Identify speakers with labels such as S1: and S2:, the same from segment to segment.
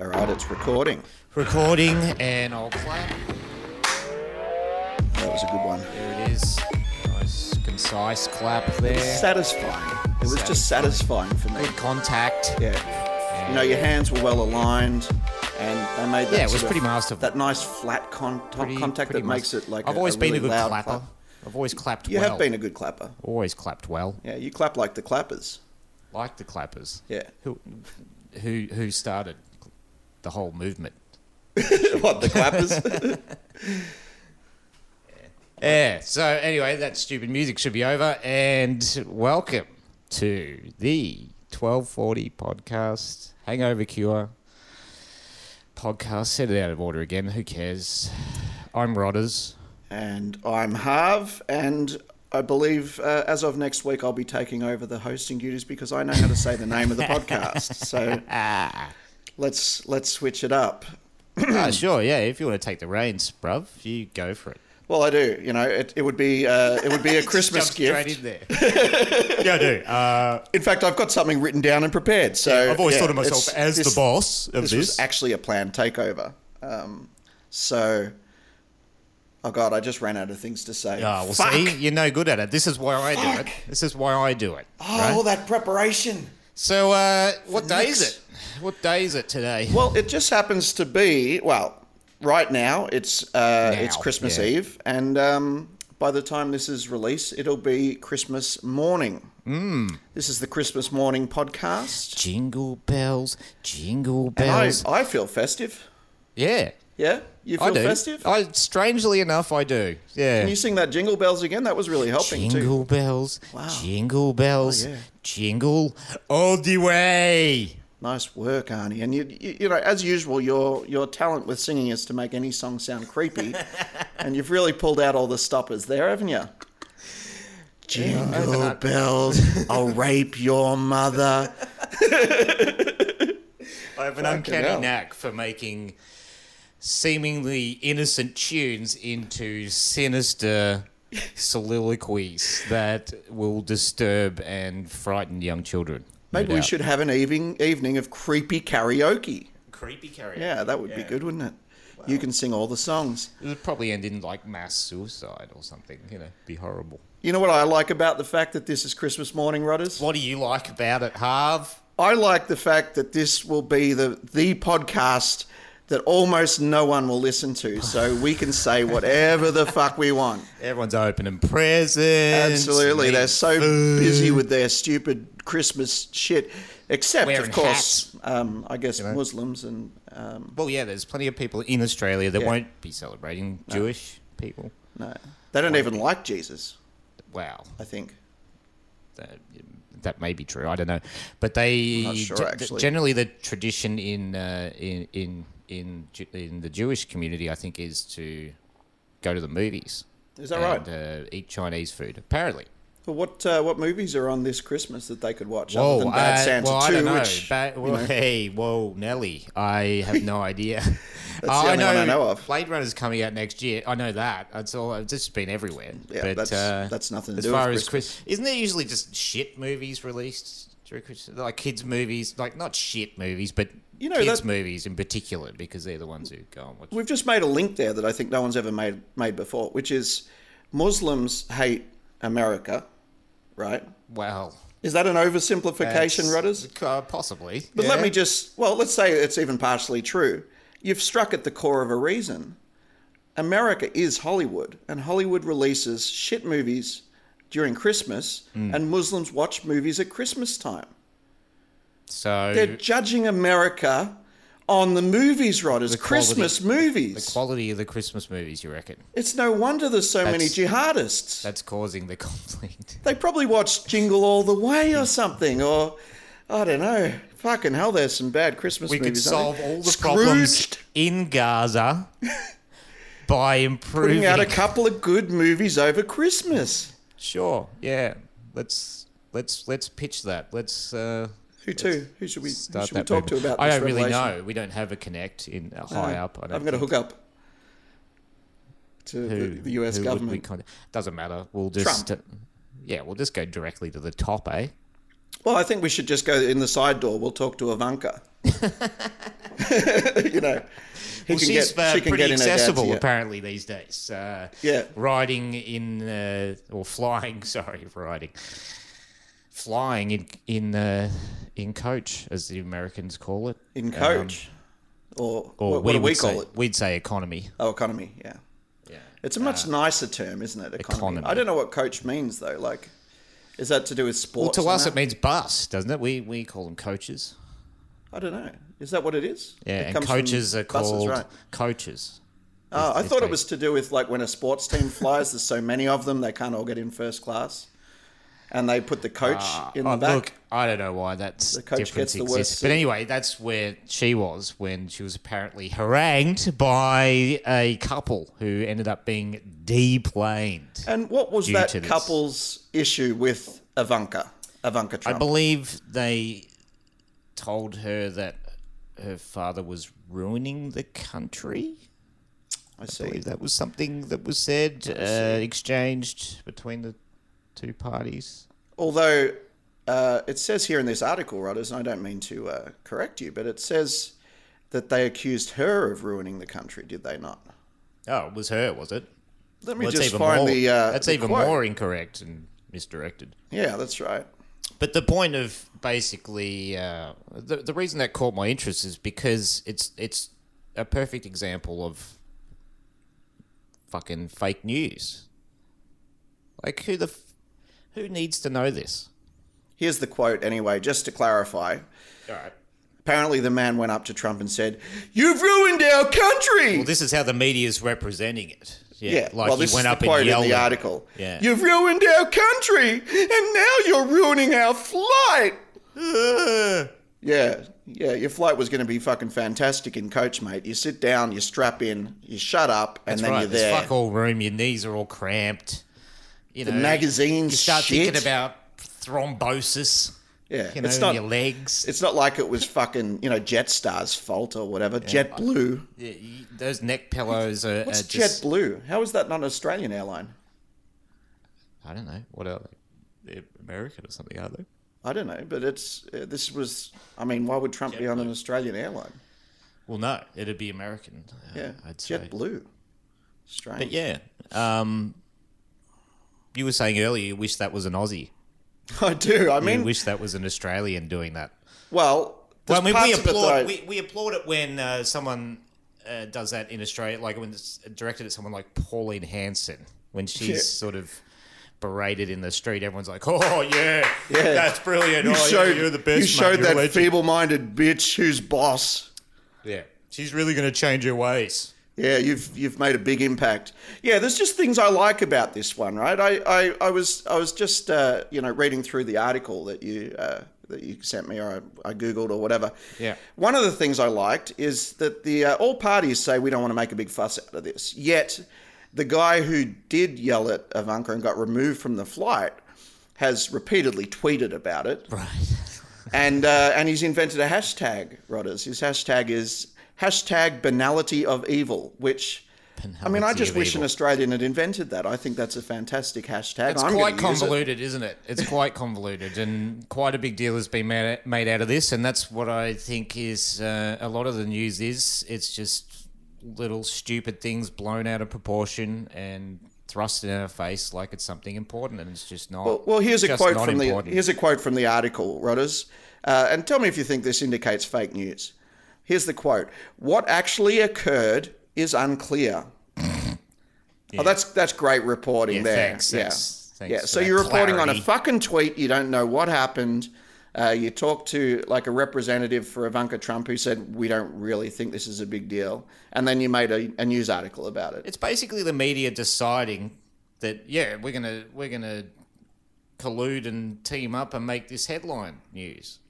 S1: All right, it's recording.
S2: recording and I'll clap.
S1: That was a good one.
S2: There it is. Nice, concise clap there.
S1: Satisfying. It was just satisfying for me.
S2: Good contact.
S1: Yeah. You know, your hands were well aligned, and they made that.
S2: Yeah, it was
S1: sort of-
S2: pretty masterful.
S1: That nice flat con-
S2: Pretty-
S1: contact
S2: pretty
S1: that makes
S2: must-
S1: it like.
S2: I've always been
S1: really
S2: a good
S1: loud
S2: clapper.
S1: clap.
S2: I've always clapped
S1: You
S2: well.
S1: have been a good clapper.
S2: always clapped well,
S1: Yeah, you clap like the clappers.
S2: like the clappers.
S1: Yeah.
S2: Who, who, who started the whole movement?
S1: what the clappers?
S2: Yeah. So anyway, that stupid music should be over, and welcome to the twelve forty podcast Hangover Cure podcast. Set it out of order again. Who cares? I'm Rodders.
S1: and I'm Harv, and I believe uh, as of next week I'll be taking over the hosting duties because I know how to say the name of the podcast. So let's let's switch it up.
S2: Ah, sure. Yeah. If you want to take the reins, bruv, you go for it.
S1: Well, I do. You know, it, it would be uh, it would be a Christmas
S2: Just jump
S1: gift.
S2: Straight in there. yeah, I do. Uh,
S1: In fact, I've got something written down and prepared. So
S3: I've always
S1: Oh, yeah,
S3: thought of myself
S1: it's-
S3: as
S1: this-
S3: the boss of
S1: This
S3: this.
S1: was actually a planned takeover. Um, so, oh god, I just ran out of things to say.
S2: ah, well,
S1: Fuck.
S2: see, you're no good at it. This is why I do it. This is why I do it.
S1: Oh, all that preparation.
S2: So, uh, what day is
S1: next-
S2: it? What day is it today?
S1: Well, it just happens to be well. Right now, it's uh, it's
S2: Now,
S1: Christmas
S2: yeah.
S1: Eve, and um, by the time this is released, it'll be Christmas morning. Mm.
S2: Hmm.
S1: This is the Christmas morning podcast.
S2: Jingle bells, jingle
S1: And I,
S2: bells.
S1: I feel festive.
S2: yeah,
S1: Yeah, you feel
S2: I do.
S1: festive.
S2: I strangely enough, I do. Yeah.
S1: Can you sing that jingle bells again? That was really helping too. Oh,
S2: jingle bells, jingle bells,
S1: yeah.
S2: jingle all the way.
S1: Nice work, Arnie. And you, you, you know, as usual, your your talent with singing is to make any song sound creepy, and you've really pulled out all the stoppers there, haven't you? Jingle bells, I'll rape your mother.
S2: I have
S1: Fucking
S2: an uncanny
S1: hell.
S2: knack for making seemingly innocent tunes into sinister soliloquies that will disturb and frighten young children. no
S1: Maybe we
S2: doubt.
S1: should have an evening evening of creepy karaoke.
S2: creepy karaoke.
S1: Yeah, that would be good, wouldn't it? You can sing all the songs.
S2: It would probably end in like mass suicide or something. You know, be horrible.
S1: You know what I like about the fact that this is Christmas morning, Rudders?
S2: What do you like about it, Harv?
S1: I like the fact that this will be the the podcast that almost no one will listen to, so we can say whatever the fuck we want.
S2: Everyone's opening presents.
S1: Absolutely, they're
S2: eating
S1: so
S2: food.
S1: busy with their stupid Christmas shit. Except,
S2: Wearing
S1: of course, um, I guess Muslims and um,
S2: Well, yeah, there's plenty of people in Australia that
S1: Yeah.
S2: won't be celebrating Jewish people.
S1: no, they don't even like Jesus.
S2: Wow,
S1: I think.
S2: that, Uh, that may be true. I don't know, but they
S1: not sure,
S2: ge-
S1: actually.
S2: generally the tradition in uh, in in in Ju- in the Jewish community, I think, is to go to the movies.
S1: Is that
S2: and,
S1: right?
S2: Uh, eat Chinese food, apparently.
S1: Well, what uh, what movies are on this Christmas that they could watch
S2: Whoa,
S1: other than Bad
S2: uh,
S1: Santa
S2: well, I
S1: 2,
S2: don't know.
S1: which
S2: Bad- well, Hey, whoa, Nelly. I have no idea. That's
S1: the only one I know of.
S2: Blade Runner's coming out next year. I know that. It's all. It's just been everywhere.
S1: Yeah,
S2: but,
S1: that's-
S2: uh,
S1: that's nothing to
S2: as
S1: do with
S2: far as Chris, isn't there usually just shit movies released during Christmas, like kids movies, like not shit movies, but
S1: You know,
S2: kids
S1: that-
S2: movies in particular because they're the ones who go and watch.
S1: We've just made a link there that I think no one's ever made made before, which is Muslims hate America, right?
S2: Well,
S1: Is that an oversimplification,
S2: that's-
S1: Rudders?
S2: uh, possibly.
S1: But let
S2: yeah.
S1: me just well, let's say it's even partially true. You've struck at the core of a reason. America is Hollywood, and Hollywood releases shit movies during Christmas,
S2: Mm.
S1: and Muslims watch movies at Christmas time.
S2: So
S1: They're judging America on the movies, Rodders,
S2: quality-
S1: Christmas
S2: the
S1: movies.
S2: quality of the Christmas movies, you reckon?
S1: it's no wonder there's so many jihadists.
S2: That's causing the conflict.
S1: They probably watched Jingle All the Way or something, or I don't know. Fucking hell, there's some bad Christmas
S2: we could
S1: movies. aren't
S2: solve
S1: there?
S2: all the problems
S1: Scrooged,
S2: in Gaza by improving.
S1: Putting out a couple of good movies over Christmas.
S2: sure, yeah. Let's let's let's pitch that. Let's uh,
S1: Who to? Who should we, who
S2: start
S1: should we
S2: that
S1: talk to
S2: movement.
S1: about this?
S2: I don't really
S1: revelation?
S2: know. We don't have a connect in uh, high up. I don't
S1: I'm going to
S2: think.
S1: hook up to the, the US
S2: who would we
S1: government.
S2: contact? Doesn't matter. We'll just
S1: Trump.
S2: uh, yeah, we'll just go directly to the top, eh?
S1: Well, I think we should just go in the side door. We'll talk to Ivanka. you know, he
S2: well,
S1: can
S2: she's
S1: get,
S2: uh,
S1: she can get in
S2: pretty
S1: her dad's,
S2: accessible
S1: yeah.
S2: apparently these days. Uh,
S1: Yeah.
S2: riding in uh, or flying. Sorry, riding, flying in in uh, in coach, as the Americans call it,
S1: in
S2: Um,
S1: coach, or,
S2: or
S1: what,
S2: we
S1: what do we
S2: would
S1: call
S2: say-
S1: it?
S2: We'd say economy.
S1: Oh, economy. Yeah,
S2: Yeah. Uh,
S1: it's a much nicer term, isn't it? Economy.
S2: economy.
S1: I don't know what coach means though. Like, is that to do with
S2: Well,
S1: sports?
S2: to
S1: and
S2: us
S1: that?
S2: it means bus, doesn't it? We we call them coaches.
S1: I don't know. Is that what it is? It
S2: Yeah, and
S1: comes from
S2: coaches are
S1: buses,
S2: called
S1: right?
S2: coaches.
S1: Oh, I
S2: if
S1: thought
S2: they-
S1: it was to do with like when a sports team flies. there's so many of them, they can't all get in first class, and they put the coach in the
S2: Oh,
S1: back.
S2: Look, I don't know why that's
S1: coach
S2: difference
S1: gets the worst
S2: exists.
S1: seat.
S2: But anyway, that's where she was when she was apparently harangued by a couple who ended up being deplaned.
S1: And what was
S2: due
S1: that
S2: to this.
S1: couple's issue with Ivanka? Ivanka Trump.
S2: I believe they told her that her father was ruining the country.
S1: I
S2: I
S1: see.
S2: believe that was something that was said, uh, exchanged between the two parties.
S1: Although uh, it says here in this article, Rodders, and I don't mean to uh, correct you, but it says that they accused her of ruining the country, did they not?
S2: Oh, it was her, was it?
S1: Let me
S2: Well, that's
S1: just
S2: even
S1: find
S2: more,
S1: the. Uh,
S2: that's
S1: the
S2: even
S1: quote.
S2: more incorrect and misdirected.
S1: Yeah, that's right.
S2: But the point of basically uh, the the reason that caught my interest is because it's it's a perfect example of fucking fake news. Like who the f- who needs to know this?
S1: Here's the quote, anyway, just to clarify.
S2: All right.
S1: Apparently, the man went up to Trump and said, You've ruined our country!
S2: Well, this is how the media's representing it. Yeah,
S1: yeah,
S2: like
S1: well,
S2: he
S1: this
S2: went
S1: is
S2: up
S1: the quote
S2: and yelled.
S1: in the
S2: at-
S1: article.
S2: Yeah.
S1: You've ruined our country, and now you're ruining our flight! Yeah, yeah, your flight was going to be fucking fantastic in coach, mate. You sit down, you strap in, you shut up, and
S2: That's
S1: then
S2: right.
S1: you're
S2: There's
S1: there.
S2: fuck all room. Your knees are all cramped. You know,
S1: Magazines,
S2: You start
S1: shit.
S2: thinking about thrombosis.
S1: yeah,
S2: You know,
S1: it's
S2: in
S1: not.
S2: your legs.
S1: It's not like it was fucking you know JetStar's fault or whatever. JetBlue.
S2: Yeah, you- those neck pillows are, are
S1: What's
S2: uh, just.
S1: JetBlue? How is that not an Australian airline?
S2: I don't know. What are they? They're American or something, are they?
S1: I don't know, but it's uh, this was. I mean, why would Trump be on an Australian airline?
S2: Well, no, it'd be American. uh,
S1: Yeah,
S2: I'd say.
S1: JetBlue. Strange.
S2: But yeah, um, you were saying earlier you wish that was an Aussie.
S1: I do. I
S2: You
S1: mean,
S2: wish that was an Australian doing that.
S1: well,
S2: Well, I mean, we
S1: parts of it that I-
S2: applaud. We, we applaud it when uh, someone uh, does that in Australia, like when it's directed at someone like Pauline Hanson, when she's
S1: Yeah.
S2: sort of berated in the street. Everyone's like, "Oh yeah,
S1: Yeah.
S2: that's brilliant.
S1: You
S2: oh,
S1: showed,
S2: yeah, you're the best.
S1: you
S2: mate.
S1: showed
S2: You're a
S1: that
S2: legend."
S1: feeble-minded bitch who's boss.
S2: Yeah, she's really going to change her ways.
S1: Yeah, you've you've made a big impact. Yeah, there's just things I like about this one, right? I, I, I was I was just uh, you know reading through the article that you uh, that you sent me or I, I googled or whatever.
S2: Yeah.
S1: One of the things I liked is that the uh, all parties say we don't want to make a big fuss out of this. Yet, the guy who did yell at Ivanka and got removed from the flight has repeatedly tweeted about it.
S2: Right.
S1: and uh, and he's invented a hashtag, Rodders. His hashtag is hashtag banality of evil, which I mean, I
S2: Banality
S1: just
S2: of
S1: wish
S2: evil.
S1: an Australian had invented that. I think that's a fantastic hashtag.
S2: It's
S1: I'm
S2: quite
S1: gonna use it.
S2: convoluted, is isn't it? It's quite convoluted, and quite a big deal has been made, made out of this. And that's what I think is uh, a lot of the news is. It's just little stupid things blown out of proportion and thrust in our face like it's something important, and it's just not.
S1: Well, here's a
S2: just
S1: quote
S2: not
S1: from the
S2: important.
S1: here's a quote from the article, Rodders, uh, and tell me if you think this indicates fake news. Here's the quote: "What actually occurred is unclear." Oh, that's that's great reporting
S2: Yeah,
S1: there.
S2: thanks,
S1: yeah,
S2: thanks, thanks
S1: yeah.
S2: for
S1: So
S2: that
S1: you're reporting on a
S2: clarity.
S1: fucking tweet. You don't know what happened. Uh, you talk to like a representative for Ivanka Trump who said we don't really think this is a big deal, and then you made a, a news article about it.
S2: it's basically the media deciding that yeah, we're gonna we're gonna collude and team up and make this headline news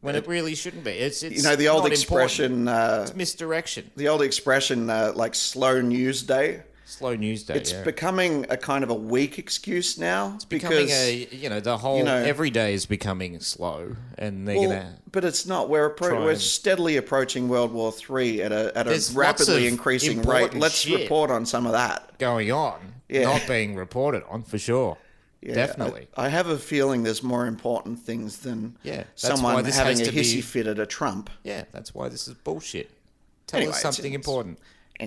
S2: when it, really shouldn't be. It's, it's
S1: Uh, You know the old
S2: not important.
S1: expression, uh,
S2: It's misdirection.
S1: the old expression uh, like slow news day.
S2: Slow news day.
S1: It's
S2: yeah.
S1: becoming a kind of a weak excuse now
S2: becoming
S1: because
S2: a you know the whole
S1: know-
S2: every day is becoming slow, and they're
S1: well,
S2: gonna.
S1: but it's not. We're appro-
S2: try
S1: we're
S2: and-
S1: steadily approaching World War Three at a at a
S2: There's lots
S1: rapidly
S2: of
S1: increasing rate.
S2: important
S1: Let's
S2: shit.
S1: report on some of that.
S2: Going on,
S1: Yeah.
S2: not being reported on for sure.
S1: Yeah,
S2: Definitely.
S1: I, I have a feeling there's more important things than
S2: Yeah, that's why
S1: someone
S2: this
S1: having a
S2: has to be-
S1: hissy fit at a Trump.
S2: Yeah, that's why this is bullshit. Tell
S1: Anyway,
S2: us
S1: it's-
S2: something
S1: it's-
S2: important.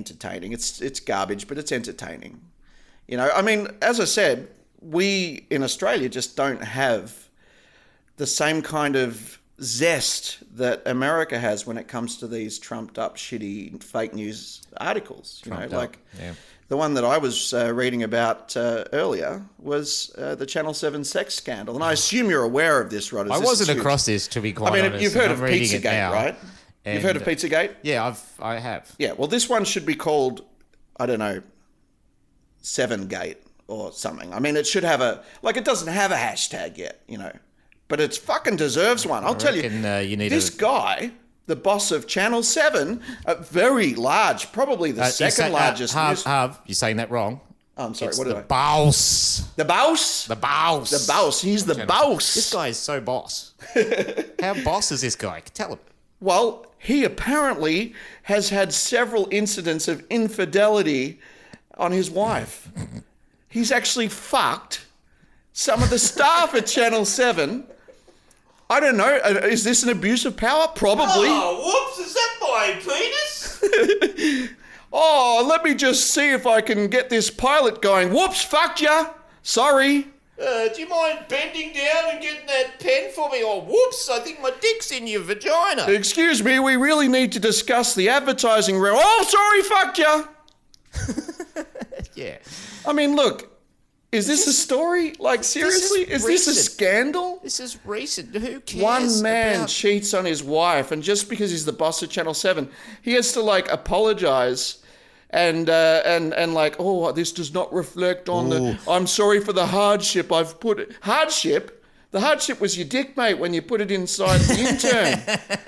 S1: entertaining. It's it's garbage, but it's entertaining. You know, I mean, as I said, we in Australia just don't have the same kind of zest that America has when it comes to these trumped up shitty fake news articles. You
S2: Trumped
S1: know,
S2: up,
S1: like
S2: yeah.
S1: the one that I was uh, reading about uh, earlier was uh, the Channel Seven sex scandal, and I assume you're aware of this, Rod. as
S2: I
S1: this is
S2: wasn't
S1: huge.
S2: across this, to be quite
S1: I mean,
S2: honest.
S1: you've heard
S2: and
S1: of
S2: I'm reading it
S1: Pizzagate,
S2: now.
S1: right? you've heard of
S2: And-
S1: Pizzagate.
S2: Yeah, I've I have.
S1: Yeah, well, this one should be called, I don't know, Seven Gate or something. I mean, it should have a like. It doesn't have a hashtag yet, you know, but it's fucking deserves one. I'll
S2: I
S1: tell
S2: reckon,
S1: you,
S2: uh, you need
S1: this
S2: a,
S1: guy, the boss of Channel Seven, a very large, probably the
S2: uh, you
S1: second
S2: say- uh,
S1: largest.
S2: Harv,
S1: news-
S2: Harv, you're saying that wrong.
S1: oh, I'm sorry.
S2: It's
S1: What
S2: the
S1: did I?
S2: boss.
S1: The boss.
S2: The boss.
S1: The boss. He's the
S2: This
S1: boss.
S2: guy is so boss. How boss is this guy? Tell him.
S1: Well, he apparently has had several incidents of infidelity on his wife. He's actually fucked some of the staff at Channel 7. I don't know. uh, Is this an abuse of power? Probably. Oh.
S3: whoops, is that my penis?
S1: Oh, let me just see if I can get this pilot going. Whoops, fucked ya. Sorry.
S3: Uh, do you mind bending down and getting that pen for me? Or whoops, I think my dick's in your vagina.
S1: Excuse me, we really need to discuss the advertising round. Oh, sorry, fucked ya.
S2: Yeah.
S1: I mean, look, is this a story? Like, seriously? Is this a
S2: recent.
S1: scandal?
S2: This is recent. Who cares?
S1: One man
S2: about-
S1: cheats on his wife, and just because he's the boss of Channel Seven, he has to like apologize, and uh, and and like, oh, this does not reflect on the. I'm sorry for the hardship I've put. Hardship. The hardship was your dick, mate, when you put it inside the intern.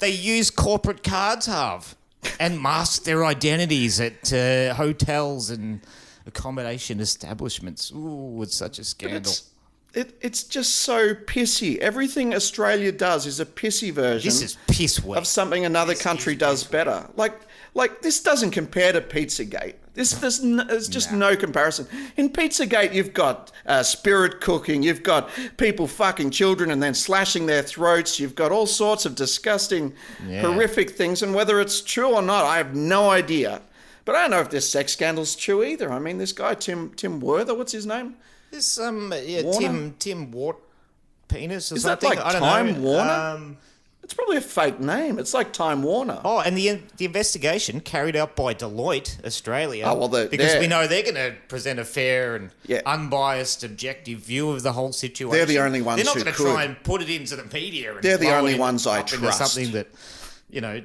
S2: They use corporate cards, Harv, and mask their identities at uh, hotels and accommodation establishments. Ooh, it's such a scandal.
S1: it's, it, it's just so pissy. Everything Australia does is a pissy version.
S2: This is piss weak.
S1: of something another country does better. Like like this doesn't compare to Pizzagate. This there's, n there's just no comparison. In Pizzagate, you've got uh, spirit cooking, you've got people fucking children and then slashing their throats, you've got all sorts of disgusting, horrific things. And whether it's true or not, I have no idea. But I don't know if this sex scandal's true either. I mean, this guy Tim Tim Werther, what's his name?
S2: This um yeah,
S1: Warner?
S2: Tim Tim Wart penis or
S1: Is that
S2: something.
S1: like
S2: I don't
S1: Time
S2: know.
S1: Warner?
S2: Um,
S1: It's probably a fake name. It's like Time Warner.
S2: oh, and the the investigation carried out by Deloitte Australia.
S1: Oh, well, they're-
S2: because
S1: they're-
S2: we know they're going to present a fair and
S1: Yeah.
S2: unbiased, objective view of the whole situation.
S1: They're the only ones
S2: They're not
S1: who
S2: gonna
S1: could.
S2: try and put it into the media. And
S1: They're the
S2: blow it
S1: only
S2: in-
S1: ones I
S2: up into
S1: trust.
S2: Something that you know.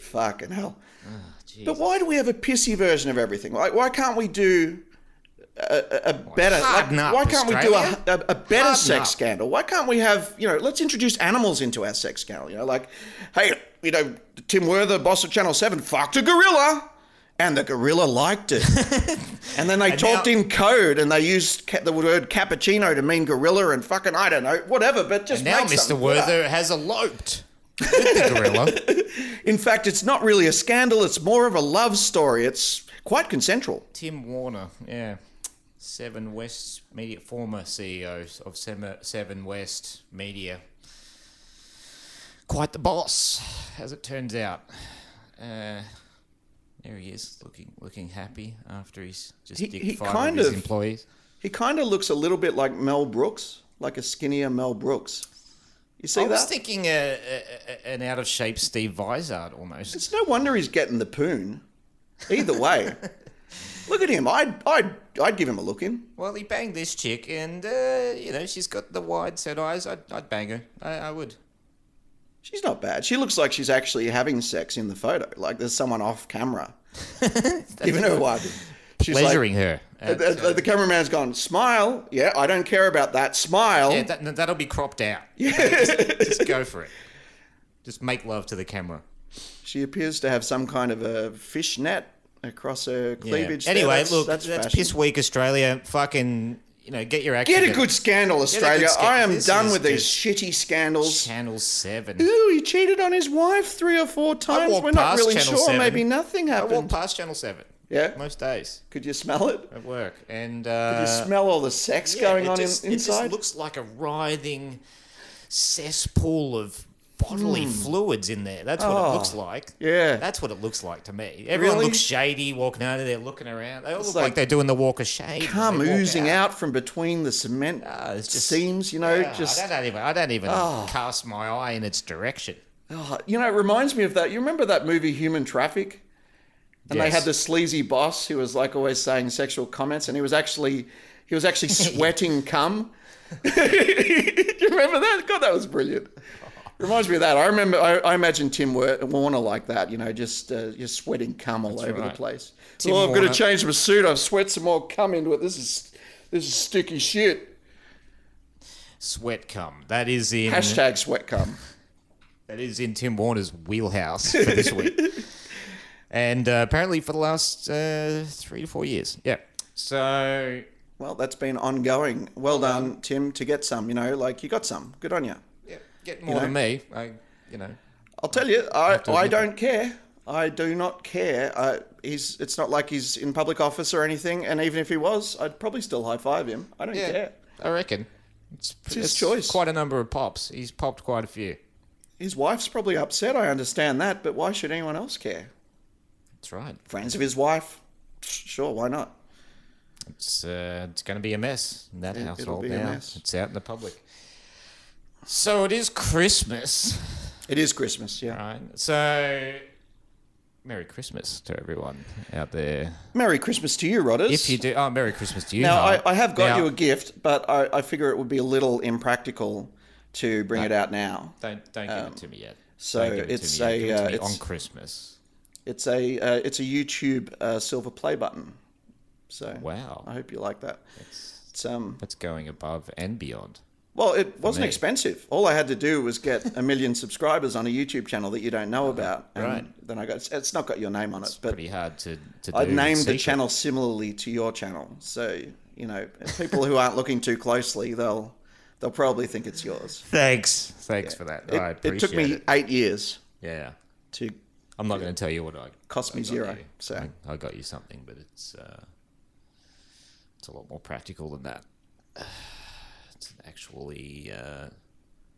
S1: Fucking hell.
S2: Ah,
S1: but why do we have a pissy version of everything? Like, why can't we do a, a, a better? Like,
S2: harden up,
S1: why can't
S2: Australia.
S1: we do a, a, a better
S2: Harden
S1: sex
S2: up.
S1: scandal? Why can't we have you know? Let's introduce animals into our sex scandal. You know, like, hey, you know, Tim Werther, boss of Channel Seven, fucked a gorilla. And the gorilla liked it. and then they talked
S2: now-
S1: in code and they used ca- the word cappuccino to mean gorilla and fucking, I don't know, whatever, but just
S2: Now
S1: make
S2: Mr.
S1: something better.
S2: Werther has eloped with the gorilla.
S1: In fact, it's not really a scandal, it's more of a love story. It's quite consensual.
S2: Tim Warner, yeah. Seven West Media, former CEO of Sem- Seven West Media. Quite the boss, as it turns out. Uh, there he is, looking looking happy after he's just
S1: He-
S2: dicked
S1: he
S2: five
S1: kind
S2: of his
S1: of-
S2: employees.
S1: He kind of looks a little bit like Mel Brooks, like a skinnier Mel Brooks. You see
S2: I was
S1: that?
S2: thinking uh, uh, uh, an out of shape Steve Vizard almost.
S1: it's no wonder he's getting the poon. Either way, look at him. I'd, I'd, I'd give him a look in.
S2: Well, he banged this chick, and uh, you know she's got the wide set eyes. I'd, I'd bang her. I, I would.
S1: She's not bad. She looks like she's actually having sex in the photo. Like there's someone off camera giving her one. She's like-
S2: Pleasuring her. Uh,
S1: the, the- the cameraman's gone, smile. Yeah, I don't care about that. Smile.
S2: Yeah, that, that'll be cropped out. just, just go for it. Just make love to the camera.
S1: She appears to have some kind of a fishnet across her
S2: Yeah.
S1: cleavage. there.
S2: Anyway,
S1: That's-
S2: look,
S1: that's,
S2: that's,
S1: fashion.
S2: piss week, Australia. Fucking, you know, get your act.
S1: Get a
S2: together.
S1: good scandal, Australia.
S2: scan-
S1: I am
S2: this
S1: done
S2: is
S1: with these shitty scandals.
S2: Channel Seven.
S1: Ooh, he cheated on his wife three or four times.
S2: walked
S1: We're not
S2: past
S1: really
S2: Channel
S1: sure.
S2: 7.
S1: Maybe nothing
S2: I walked
S1: happened.
S2: past Channel Seven.
S1: Yeah.
S2: most days
S1: Could you smell it?
S2: at work, and uh,
S1: you smell all the sex
S2: yeah,
S1: going
S2: it
S1: on
S2: just,
S1: in,
S2: It
S1: inside.
S2: just looks like a writhing cesspool of bodily fluids in there. That's what
S1: Hmm. Oh,
S2: it looks like.
S1: yeah.
S2: that's what it looks like to me. Everyone
S1: Really?
S2: looks shady walking out of there, looking around. They all look like,
S1: like
S2: they're doing the walk of shame. as
S1: Come
S2: they walk
S1: oozing out. from between the cement
S2: Ah, it's just-
S1: seams, you know,
S2: Yeah,
S1: just
S2: I don't even. I don't even
S1: Oh.
S2: cast my eye in its direction.
S1: Oh, you know, it reminds me of that. You remember that movie Human Traffic? And they
S2: Yes.
S1: had the sleazy boss who was like always saying sexual comments, and he was actually he was actually sweating cum. Do you remember that? God, that was brilliant. Reminds me of that. I remember. I, I imagine Tim Wer- Warner like that. You know, just uh, just sweating cum all over
S2: right.
S1: the place.
S2: Tim
S1: oh, I've got
S2: Warner.
S1: to change my suit. I've sweat some more cum into it. This is this is sticky shit.
S2: Sweat cum. That is in
S1: Hashtag sweat cum.
S2: that is in Tim Warner's wheelhouse for this week. And uh, apparently for the last uh, three to four years. Yeah. So
S1: Well, that's been ongoing. Well done, Tim, to get some. You know, like you got some. Good on you.
S2: yeah, get more
S1: know?
S2: than me. I, you know.
S1: I'll tell you, I,
S2: to
S1: I
S2: admit
S1: don't care. I do not care. I, he's. It's not like he's in public office or anything. And even if he was, I'd probably still high five him. I don't
S2: Yeah.
S1: care.
S2: I reckon. It's,
S1: his choice.
S2: Quite a number of pops. He's popped quite a few.
S1: His wife's probably upset. I understand that, but why should anyone else care?
S2: That's right.
S1: Friends of his wife, sure, why not?
S2: It's uh, it's going to be a mess in that household
S1: be a
S2: now.
S1: mess.
S2: It's out in the public. So it is Christmas.
S1: It is Christmas, yeah.
S2: Right. So, Merry Christmas to everyone out there.
S1: Merry Christmas to you, Rodders.
S2: If you do, oh, Merry Christmas to you.
S1: Now, I,
S2: Hart.
S1: I have got
S2: Now,
S1: you a gift, but I, I figure it would be a little impractical to bring it out now.
S2: Don't don't give it to me yet.
S1: um, so
S2: Don't give it to
S1: it's
S2: me yet.
S1: a,
S2: Give it to
S1: uh,
S2: me
S1: it's-
S2: on Christmas.
S1: It's a uh, it's a YouTube uh, silver play button. So
S2: Wow.
S1: I hope you like that.
S2: That's,
S1: It's um
S2: that's going above and beyond.
S1: well, it wasn't
S2: me.
S1: expensive. All I had to do was get a million subscribers on a YouTube channel that you don't know about, and
S2: Uh-huh. right.
S1: then I got it's not got your name on it, but
S2: Pretty hard to to do.
S1: I
S2: in
S1: named the
S2: secret.
S1: channel similarly to your channel. So you know, people who aren't looking too closely, they'll they'll probably think it's yours.
S2: Thanks, thanks for that. I
S1: It,
S2: appreciate
S1: it took me eight years
S2: Yeah,
S1: to
S2: I'm not going to tell you what I
S1: cost me
S2: I got
S1: zero.
S2: you.
S1: So
S2: I, I got you something, but it's uh, it's a lot more practical than that. It's actually uh,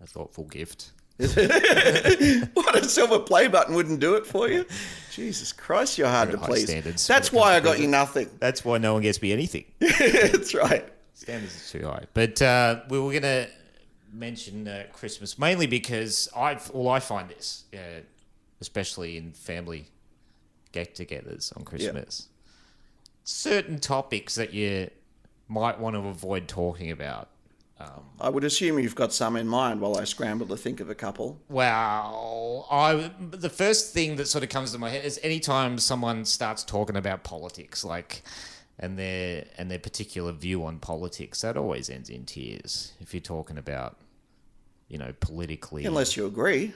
S2: a thoughtful gift.
S1: What a silver play button wouldn't do it for you. Jesus Christ, you're hard
S2: Very
S1: to
S2: high
S1: please.
S2: standards
S1: That's
S2: when it
S1: why I
S2: comes to
S1: got you nothing.
S2: That's why no one gets me anything.
S1: That's right.
S2: Standards are too high. But uh, we were going to mention uh, Christmas mainly because I well I find this, uh, especially in family get-togethers on Christmas, certain topics that you might want to avoid talking about.
S1: I would assume you've got some in mind while I scramble to think of a couple.
S2: Well, I the first thing that sort of comes to my head is anytime someone starts talking about politics, like and their and their particular view on politics, that always ends in tears. If you're talking about, you know, politically,
S1: Unless you agree.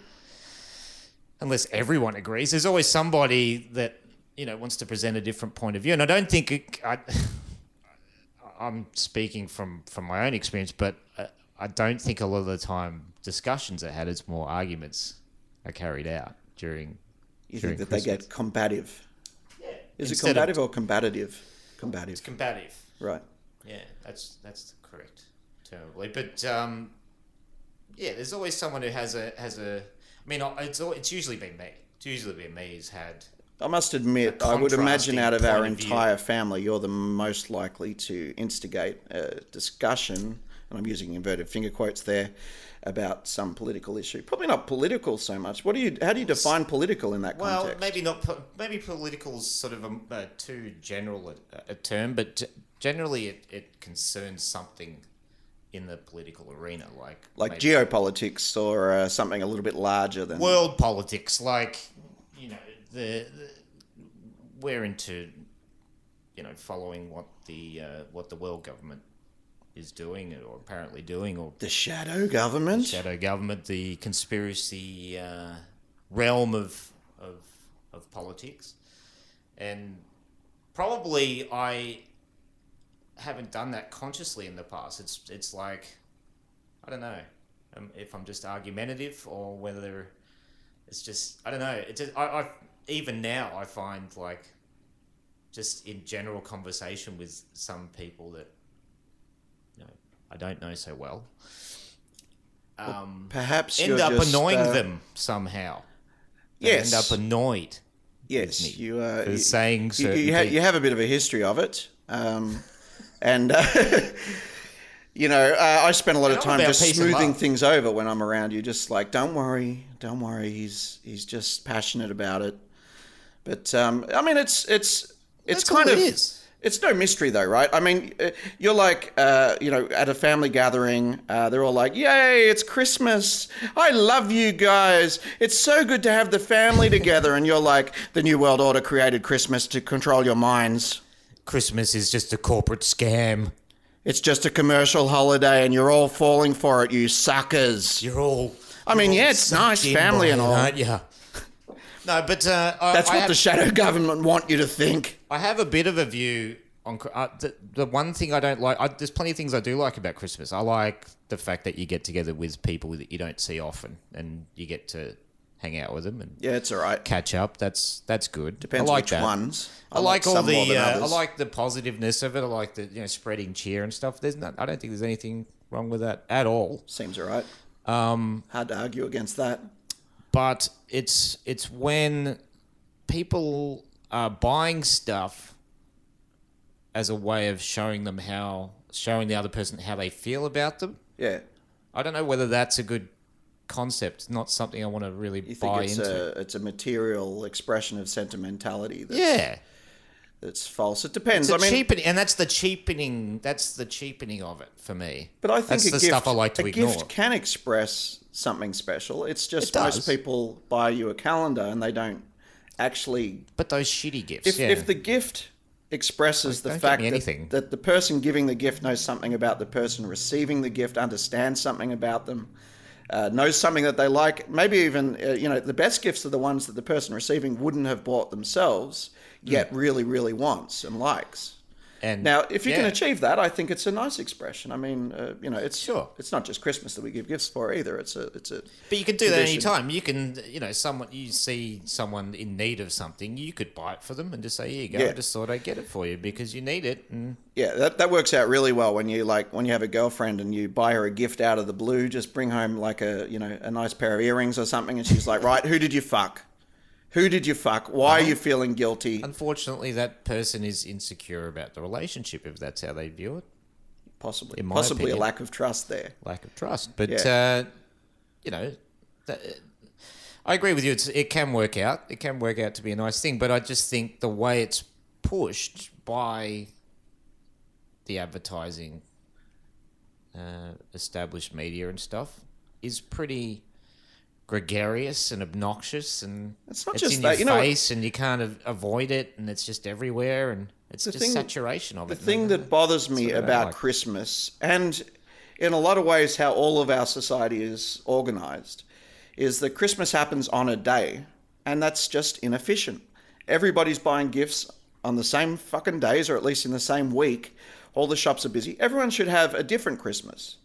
S2: unless everyone agrees, there's always somebody that you know wants to present a different point of view. And I don't think it, I, I'm speaking from from my own experience, but I, I don't think a lot of the time discussions are had. It's more arguments are carried out during.
S1: You
S2: During
S1: think that they get combative. Is it
S2: Instead of-
S1: combative or combative? Combative.
S2: combative.
S1: Right.
S2: Yeah, that's that's the correct term, I believe. But um, yeah, there's always someone who has a has a. I mean, I- it's al- it's usually been me. It's usually been me who's had.
S1: I must admit,
S2: A
S1: I would imagine
S2: contrasting
S1: out of our
S2: point of view.
S1: entire family, you're the most likely to instigate a discussion, and I'm using inverted finger quotes there, about some political issue. Probably not political so much. What do you? How do you define political in that
S2: Well,
S1: context?
S2: maybe not. po- Maybe political's sort of a, a too general a, a term, but g- generally it, it concerns something in the political arena, like
S1: like
S2: maybe
S1: geopolitics or uh, something a little bit larger than.
S2: world politics, like you know the, the we're into you know following what the uh, what the world government is doing or apparently doing or
S1: the shadow government.
S2: shadow government, the conspiracy uh, realm of, of of politics, and probably I haven't done that consciously in the past. It's it's like I don't know um, if I'm just argumentative or whether it's just I don't know. It's just, I, I even now I find like just in general conversation with some people that you know, I don't know so well. Um,
S1: Perhaps
S2: end
S1: you're
S2: up
S1: just,
S2: annoying
S1: uh,
S2: them somehow. They
S1: Yes,
S2: End up annoyed.
S1: yes.
S2: Disney
S1: You, uh,
S2: for
S1: you,
S2: saying
S1: you,
S2: certain
S1: you, ha-
S2: things.
S1: you have a bit of a history of it, um, and uh, you know uh, I spend a lot of
S2: I'm
S1: time
S2: about
S1: just
S2: peace and
S1: smoothing
S2: love.
S1: things over when I'm around you. Just like, don't worry, don't worry. He's he's just passionate about it. But um, I mean, it's it's it's
S2: That's
S1: kind
S2: all
S1: of
S2: it is.
S1: it's no mystery though, right? I mean, uh, you're like uh, you know at a family gathering, uh, they're all like, "Yay, it's Christmas! I love you guys! It's so good to have the family together." and you're like, "The New World Order created Christmas to control your minds.
S2: Christmas is just a corporate scam.
S1: It's just a commercial holiday, and you're all falling for it, you suckers."
S2: You're all.
S1: I mean, yeah, it's nice, family and all.
S2: Yeah. No, but uh, I,
S1: That's
S2: I
S1: what
S2: have,
S1: the shadow government want you to think.
S2: I have a bit of a view on Chr- uh, the, the one thing I don't like. I, there's plenty of things I do like about Christmas. I like the fact that you get together with people that you don't see often, and you get to hang out with them and
S1: Yeah, it's all right.
S2: catch up. That's that's good.
S1: Depends
S2: I like
S1: which
S2: that.
S1: ones.
S2: I, like, all
S1: some more
S2: the
S1: than
S2: uh, I
S1: others.
S2: like the positiveness of it. I like the you know spreading cheer and stuff. There's not. I don't think there's anything wrong with that at all.
S1: Seems all right. Um, Hard to argue against that.
S2: but it's it's when people are buying stuff as a way of showing them how showing the other person how they feel about them.
S1: Yeah.
S2: I don't know whether that's a good concept. Not something I want to really
S1: You think
S2: buy
S1: it's
S2: into.
S1: a it's a material expression of sentimentality that's,
S2: yeah,
S1: that's false. It depends.
S2: it's
S1: I
S2: a
S1: mean,
S2: cheapening, and that's the cheapening. That's the cheapening of it for me.
S1: but I think
S2: that's
S1: a
S2: the
S1: gift,
S2: stuff I like to
S1: a
S2: ignore.
S1: gift can express something special. It's just
S2: It
S1: most
S2: does.
S1: people buy you a calendar and they don't actually.
S2: but those shitty gifts.
S1: If
S2: yeah.
S1: if the gift expresses
S2: Like,
S1: the
S2: don't get
S1: fact
S2: me
S1: that,
S2: anything.
S1: that the person giving the gift knows something about the person receiving the gift, understands something about them. Uh, knows something that they like. Maybe even uh, you know the best gifts are the ones that the person receiving wouldn't have bought themselves,
S2: Hmm.
S1: yet really, really wants and likes.
S2: and
S1: Now, if you can
S2: Hmm. yeah.
S1: achieve that, I think it's a nice expression. I mean, uh, you know, it's
S2: Sure.
S1: it's not just Christmas that we give gifts for either. It's a it's a
S2: But you can do that any
S1: tradition.
S2: time. You can, you know, someone you see someone in need of something, you could buy it for them and just say, "Here you go.
S1: Yeah.
S2: I just thought I'd get it for you because you need it." And
S1: yeah. That, that works out really well when you like when you have a girlfriend and you buy her a gift out of the blue. Just bring home like a you know a nice pair of earrings or something, and she's like, right, who did you fuck? Who did you fuck? Why
S2: Uh-huh.
S1: are you feeling guilty?
S2: unfortunately, that person is insecure about the relationship if that's how they view it,
S1: Possibly,
S2: in my
S1: possibly
S2: opinion.
S1: a lack of trust there.
S2: lack of trust. But
S1: Yeah.
S2: uh, you know, that, I agree with you. It's, it can work out. It can work out to be a nice thing. But I just think the way it's pushed by the advertising, uh, established media and stuff is pretty gregarious and obnoxious and
S1: It's not
S2: it's
S1: just
S2: in
S1: that,
S2: your
S1: you know what-
S2: face and you can't av- avoid it and it's just everywhere and it's just
S1: thing-
S2: saturation of
S1: The
S2: it. and
S1: thing
S2: I-
S1: that bothers me
S2: what I don't
S1: about
S2: like.
S1: Christmas and in a lot of ways how all of our society is organized is that Christmas happens on a day and that's just inefficient. Everybody's buying gifts on the same fucking days or at least in the same week. All the shops are busy. Everyone should have a different Christmas.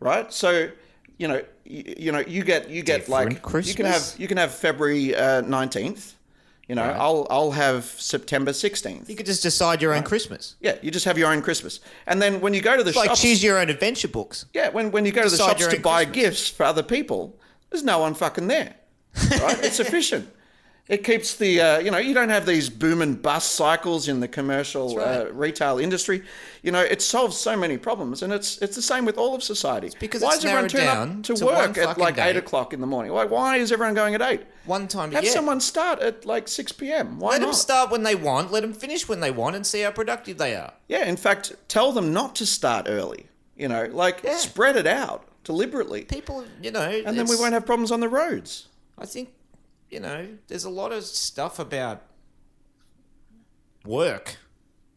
S1: Right? So, you know, you, you know, you get you get like
S2: Different
S1: you can have
S2: Christmas?
S1: you can have February uh, 19th. You know, I'll I'll have September 16th.
S2: you could just decide your own Christmas.
S1: Yeah, you just have your own Christmas. And then when you go to the
S2: Like
S1: shops,
S2: choose your own adventure books.
S1: yeah, when, when you go to the
S2: decide
S1: shops
S2: your
S1: to
S2: own
S1: buy gifts for other people, there's no one fucking there. Right? it's efficient. It keeps the uh, you know you don't have these boom and bust cycles in the commercial
S2: right.
S1: uh, retail industry. You know it solves so many problems, and it's it's the same with all of society.
S2: because
S1: why
S2: it's
S1: does everyone
S2: narrowed
S1: turn
S2: down
S1: up to,
S2: to one
S1: work at
S2: fucking
S1: like
S2: day.
S1: eight o'clock in the morning? Why, why is everyone going at eight?
S2: One time,
S1: Have
S2: yeah.
S1: someone start at like six p.m. Why
S2: Let
S1: not?
S2: them start when they want. Let them finish when they want, and see how productive they are.
S1: Yeah, in fact, tell them not to start early. You know, like
S2: Yeah.
S1: spread it out deliberately,
S2: People, you know,
S1: and then we won't have problems on the roads.
S2: I think, you know, there's a lot of stuff about work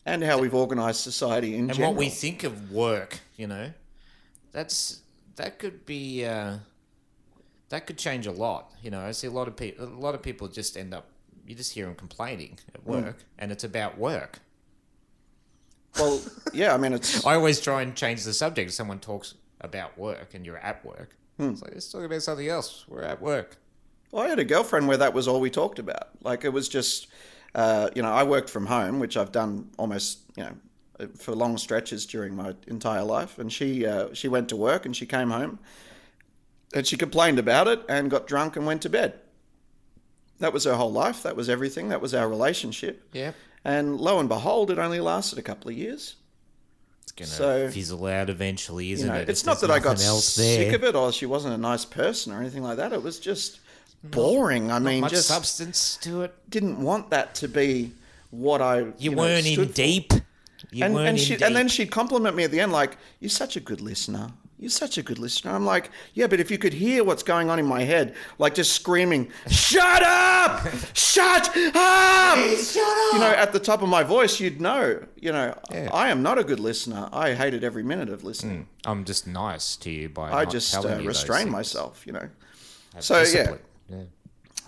S1: And how we've organised society in
S2: and
S1: general.
S2: what we think of work. You know, that's that could be uh, that could change a lot. You know, I see a lot of people. A lot of people just end up. You just hear them complaining
S1: Mm.
S2: at work, and it's about work.
S1: well, yeah, I mean, it's
S2: I always try and change the subject. Someone talks about work and you're at work.
S1: Hmm.
S2: It's like, let's talk about something else. We're at work.
S1: Well, I had a girlfriend where that was all we talked about. Like it was just uh, you know, I worked from home, which I've done almost, you know, for long stretches during my entire life. And she uh, she went to work and she came home, and she complained about it and got drunk and went to bed. That was her whole life. That was everything. That was our relationship.
S2: Yep.
S1: And lo and behold, it only lasted a couple of years.
S2: It's gonna
S1: So-
S2: fizzle out eventually,
S1: You
S2: isn't
S1: know,
S2: it? If
S1: it's not that
S2: there's
S1: I got
S2: nothing else
S1: sick
S2: there.
S1: of it or she wasn't a nice person or anything like that. It was just boring. I mean,
S2: Much
S1: just
S2: substance to it.
S1: didn't want that to be what I
S2: You,
S1: know,
S2: weren't
S1: stood
S2: in
S1: for.
S2: deep. You
S1: And
S2: weren't
S1: and
S2: in
S1: she
S2: deep.
S1: and then she'd compliment me at the end like, "You're such a good listener. You're such a good listener." I'm like, "Yeah, but if you could hear what's going on in my head, like just screaming, shut up, shut up,
S2: up!
S1: You know, at the top of my voice, you'd know. You know,
S2: Yeah. Mm,
S1: I am not a good listener. I hated every minute of listening.
S2: I'm just nice to you by
S1: I
S2: not
S1: just
S2: telling
S1: uh,
S2: you those
S1: restrain
S2: things.
S1: myself, you know.
S2: Have
S1: So, yeah.
S2: discipline. yeah.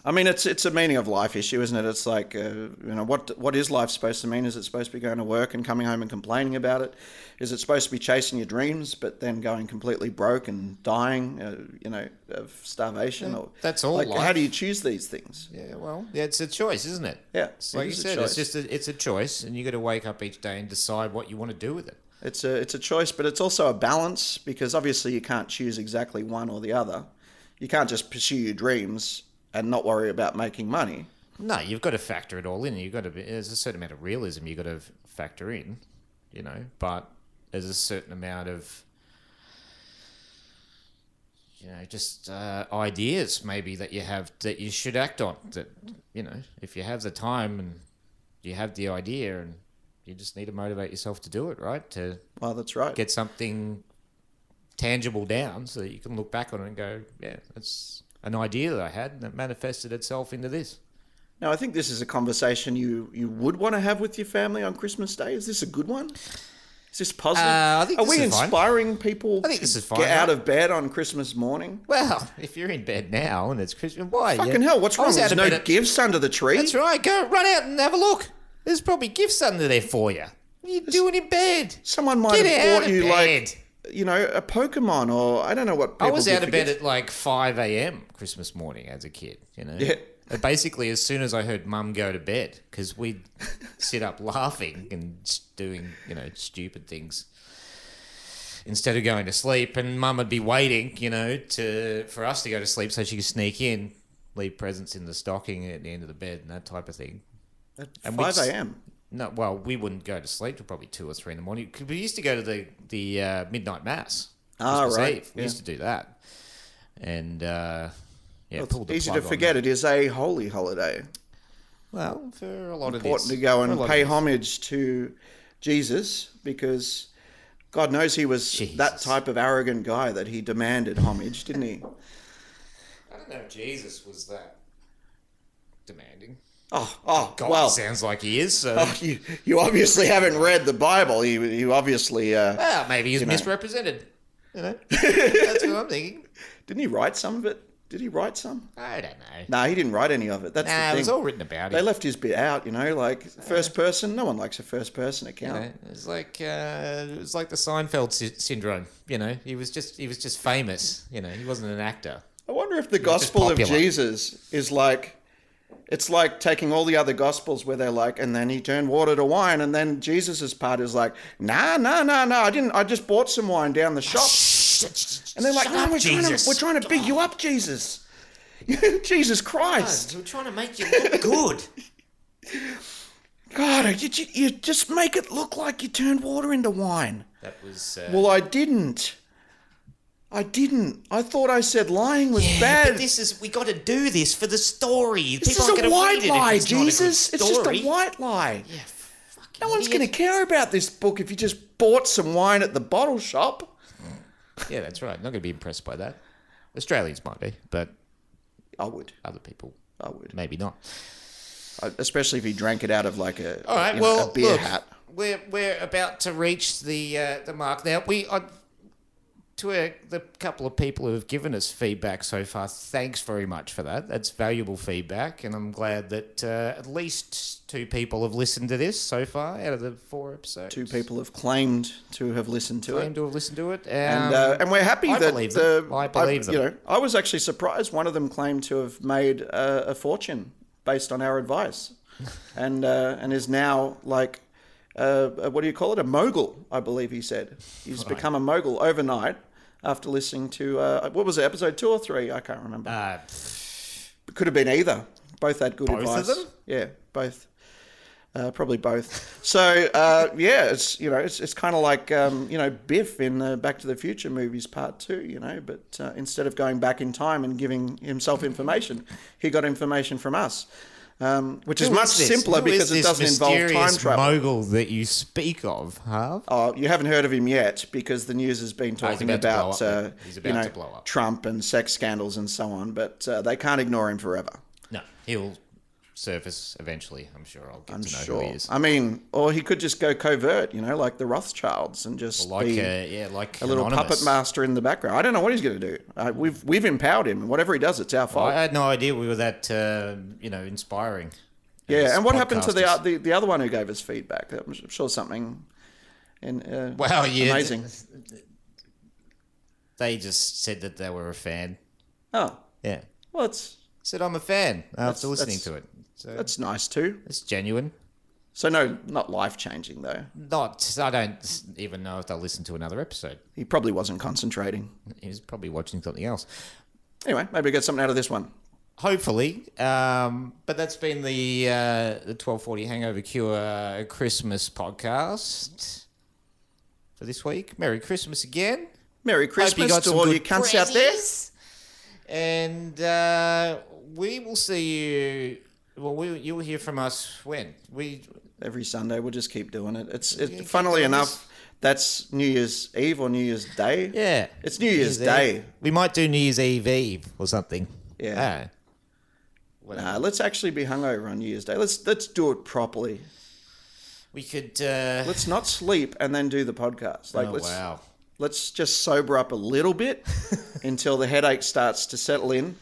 S1: I mean, it's it's a meaning of life issue, isn't it? It's like uh, you know what what is life supposed to mean? Is it supposed to be going to work and coming home and complaining about it? Is it supposed to be chasing your dreams but then going completely broke and dying, uh, you know, of starvation? or
S2: that's all
S1: Like, how
S2: life.
S1: do you choose these things?
S2: Yeah, well, yeah, it's a choice, isn't it?
S1: Yeah,
S2: It's
S1: it
S2: like you
S1: is a
S2: said,
S1: choice.
S2: it's just a, it's a choice, and you got to wake up each day and decide what you want to do with it.
S1: It's a it's a choice, but it's also a balance because obviously you can't choose exactly one or the other. You can't just pursue your dreams and not worry about making money.
S2: No, you've got to factor it all in. You've got to. Be, there's a certain amount of realism you've got to factor in, you know. But there's a certain amount of, you know, just uh, ideas maybe that you have that you should act on. That you know, if you have the time and you have the idea, and you just need to motivate yourself to do it, right? To
S1: Well, that's right.
S2: get something tangible down so that you can look back on it and go, yeah, that's an idea that I had and it manifested itself into this.
S1: Now, I think this is a conversation you, you would want to have with your family on Christmas Day. Is this a good one? Is this positive?
S2: Uh, I think
S1: Are
S2: this
S1: we
S2: is fine.
S1: inspiring people
S2: I think
S1: to
S2: this is fine,
S1: get out
S2: right?
S1: of bed on Christmas morning?
S2: Well, if you're in bed now and it's Christmas, why?
S1: Fucking
S2: yeah.
S1: hell, what's
S2: I
S1: wrong?
S2: was out
S1: There's
S2: of
S1: no
S2: bed at-
S1: gifts under the tree.
S2: That's right. Go run out and have a look. There's probably gifts under there for you. What are you doing in bed?
S1: Someone might
S2: Get
S1: have
S2: out
S1: bought
S2: of
S1: you,
S2: bed.
S1: like, you know, a Pokemon or I don't know what people
S2: I was
S1: do
S2: out
S1: for
S2: of bed
S1: gifts.
S2: at like 5 a.m. Christmas morning as a kid, you know?
S1: Yeah.
S2: But Basically, as soon as I heard mum go to bed, because we'd sit up laughing and s- doing, you know, stupid things instead of going to sleep. And mum would be waiting, you know, to for us to go to sleep so she could sneak in, leave presents in the stocking at the end of the bed and that type of thing. and we
S1: 5
S2: just-
S1: a.m.
S2: No, well, we wouldn't go to sleep till probably two or three in the morning. 'Cause We used to go to the the uh, midnight mass.
S1: Ah,
S2: Christmas
S1: right,
S2: Eve. We
S1: yeah.
S2: used to do that, and uh, yeah,
S1: It's
S2: pulled the
S1: easy to
S2: plug on
S1: forget
S2: that.
S1: it is a holy holiday.
S2: Well, for a lot of
S1: important to
S2: this,
S1: go
S2: For a
S1: and
S2: lot of
S1: pay
S2: this.
S1: homage to Jesus because God knows he was that
S2: Jesus.
S1: type of arrogant guy that he demanded homage, didn't he?
S2: I don't know if Jesus was that demanding.
S1: Oh, oh,
S2: God,
S1: well,
S2: sounds like he is. So
S1: oh, you, you obviously haven't read the Bible. You, you obviously uh,
S2: well, maybe he's
S1: know.
S2: misrepresented. You know, that's what I'm thinking.
S1: didn't he write some of it? Did he write some?
S2: I don't know.
S1: No, he didn't write any of it. That's
S2: nah, it
S1: the
S2: was
S1: thing.
S2: all written about
S1: They
S2: him.
S1: left his bit out, you know, like first person. No one likes a first person
S2: You
S1: account.
S2: know, it was like uh, it was like the Seinfeld sy- syndrome. You know, he was just he was just famous. You know, he wasn't an actor.
S1: I wonder if the
S2: just
S1: gospel of
S2: popular.
S1: Jesus is like it's like taking all the other gospels where they're like, and then he turned water to wine, and then Jesus's part is like, nah, nah, nah, nah, I didn't I just bought some wine down the shop. And they're like,
S2: Shut
S1: no,
S2: up,
S1: we're trying to
S2: Jesus.
S1: we're trying to big you up, Jesus. Jesus Christ.
S2: We're trying to make you look good.
S1: God, you, you, you just make it look like you turned water into wine.
S2: that was uh,
S1: Well, I didn't. I didn't. I thought I said lying was
S2: yeah,
S1: bad.
S2: but this is we got to do this for the story.
S1: This
S2: People
S1: is
S2: aren't
S1: a
S2: gonna
S1: white
S2: read it if
S1: lie,
S2: it's not a good
S1: Jesus. It's just
S2: story.
S1: a white lie.
S2: Yeah, fucking
S1: No one's
S2: idiot.
S1: going to care about this book if you just bought some wine at the bottle shop.
S2: Yeah, that's right. Not going to be impressed by that. Australians might be, but
S1: I would.
S2: other people
S1: I would.
S2: maybe not.
S1: I- Especially if he drank it out of like a,
S2: All right.
S1: you know,
S2: well,
S1: a beer
S2: look,
S1: hat.
S2: we're we're about to reach the uh, the mark now. We I, to a, the couple of people who have given us feedback so far. Thanks very much for that. That's valuable feedback, and I'm glad that uh, at least two people have listened to this so far out of the four episodes.
S1: Two people have claimed to have listened to
S2: claim
S1: it.
S2: to have listened to it, Um,
S1: And,
S2: and,
S1: uh, and we're happy
S2: I
S1: that
S2: believe
S1: the,
S2: them. I believe them.
S1: You know, I was actually surprised. One of them claimed to have made uh, a fortune based on our advice. and uh, and is now like, uh, uh, what do you call it? A mogul, I believe he said. He's become a mogul overnight after listening to uh, what was it, episode two or three? I can't remember.
S2: Uh,
S1: Could have been either. Both had good
S2: Both of
S1: advice.
S2: them?
S1: Yeah, both. Uh, probably both. So uh, yeah, it's you know it's, it's kind of like um, you know Biff in the Back to the Future movies Part Two, you know, but uh, instead of going back in time and giving himself information, he got information from us, um, which is
S2: who
S1: much
S2: is this?
S1: simpler
S2: Who is
S1: because it
S2: this
S1: doesn't involve time
S2: mysterious
S1: travel.
S2: Mogul that you speak of, Harv.
S1: Oh, you haven't heard of him yet because the news has been
S2: Oh, he's
S1: talking
S2: about
S1: about,
S2: to blow up,
S1: uh,
S2: mate. He's
S1: you
S2: about
S1: know
S2: to blow up.
S1: Trump and sex scandals and so on, but uh, they can't ignore him forever.
S2: No, he'll surface eventually. I'm sure I'll get
S1: I'm
S2: to know
S1: sure.
S2: who he is.
S1: I mean, or he could just go covert, you know, like the Rothschilds, and just
S2: like
S1: be
S2: uh, yeah, like
S1: a little
S2: anonymous.
S1: puppet master in the background. I don't know what he's going to do. Uh, we've we've empowered him. Whatever he does, it's our fault.
S2: I had no idea we were that uh, you know inspiring. as
S1: yeah. And what happened to the,
S2: podcasters.
S1: o- the the other one who gave us feedback? I'm s- sure something. In, uh,
S2: Wow, yeah,
S1: amazing.
S2: They just said that they were a fan.
S1: Oh,
S2: Yeah,
S1: well, it's
S2: said I'm a fan after listening
S1: that's-
S2: to it. So
S1: that's nice too.
S2: it's genuine.
S1: So no, not life changing though.
S2: Not I don't even know if they'll listen to another episode.
S1: He probably wasn't concentrating.
S2: He was probably watching something else.
S1: Anyway, maybe we get something out of this one.
S2: Hopefully, um, but that's been the uh, the twelve forty hangover cure uh, Christmas podcast for this week. Merry Christmas again.
S1: Merry Christmas to all you cunts out there.
S2: presents. And uh, we will see you. Well, we, you'll hear from us when we.
S1: every Sunday. We'll just keep doing it. It's it,
S2: keep
S1: funnily
S2: doing
S1: enough, that's New Year's Eve or New Year's Day.
S2: Yeah,
S1: It's New Year's Day.
S2: We might do New Year's Eve Eve or something.
S1: Yeah.
S2: Ah.
S1: Nah, uh, let's actually be hungover on New Year's Day. Let's let's do it properly.
S2: we could. Uh,
S1: Let's not sleep and then do the podcast. Like
S2: oh
S1: let's
S2: wow.
S1: let's just sober up a little bit until the headache starts to settle in,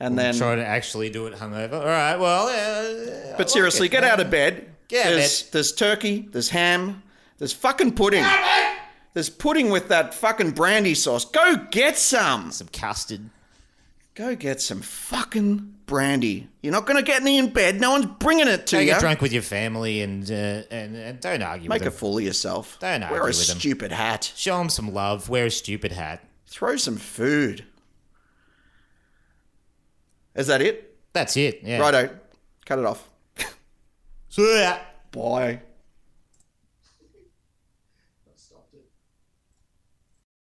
S1: and then.
S2: Try to actually do it hungover. All right. Well. Uh, I like
S1: But seriously,
S2: it.
S1: get out of bed.
S2: Get out of
S1: there's, There's turkey. There's ham. There's fucking pudding. There's pudding with that fucking brandy sauce. Go get some.
S2: some custard.
S1: Go get some fucking brandy. You're not going to get any in bed. No one's bringing it to
S2: Go
S1: you.
S2: get drunk with your family and uh, and and don't argue
S1: Make
S2: with
S1: a
S2: them.
S1: fool of yourself.
S2: Don't
S1: Wear
S2: argue
S1: a
S2: with 'em.
S1: stupid hat.
S2: Show them some love. Wear a stupid hat.
S1: Throw some food. Is that it?
S2: That's it. Yeah.
S1: Righto. Cut it off.
S2: See ya.
S1: Bye.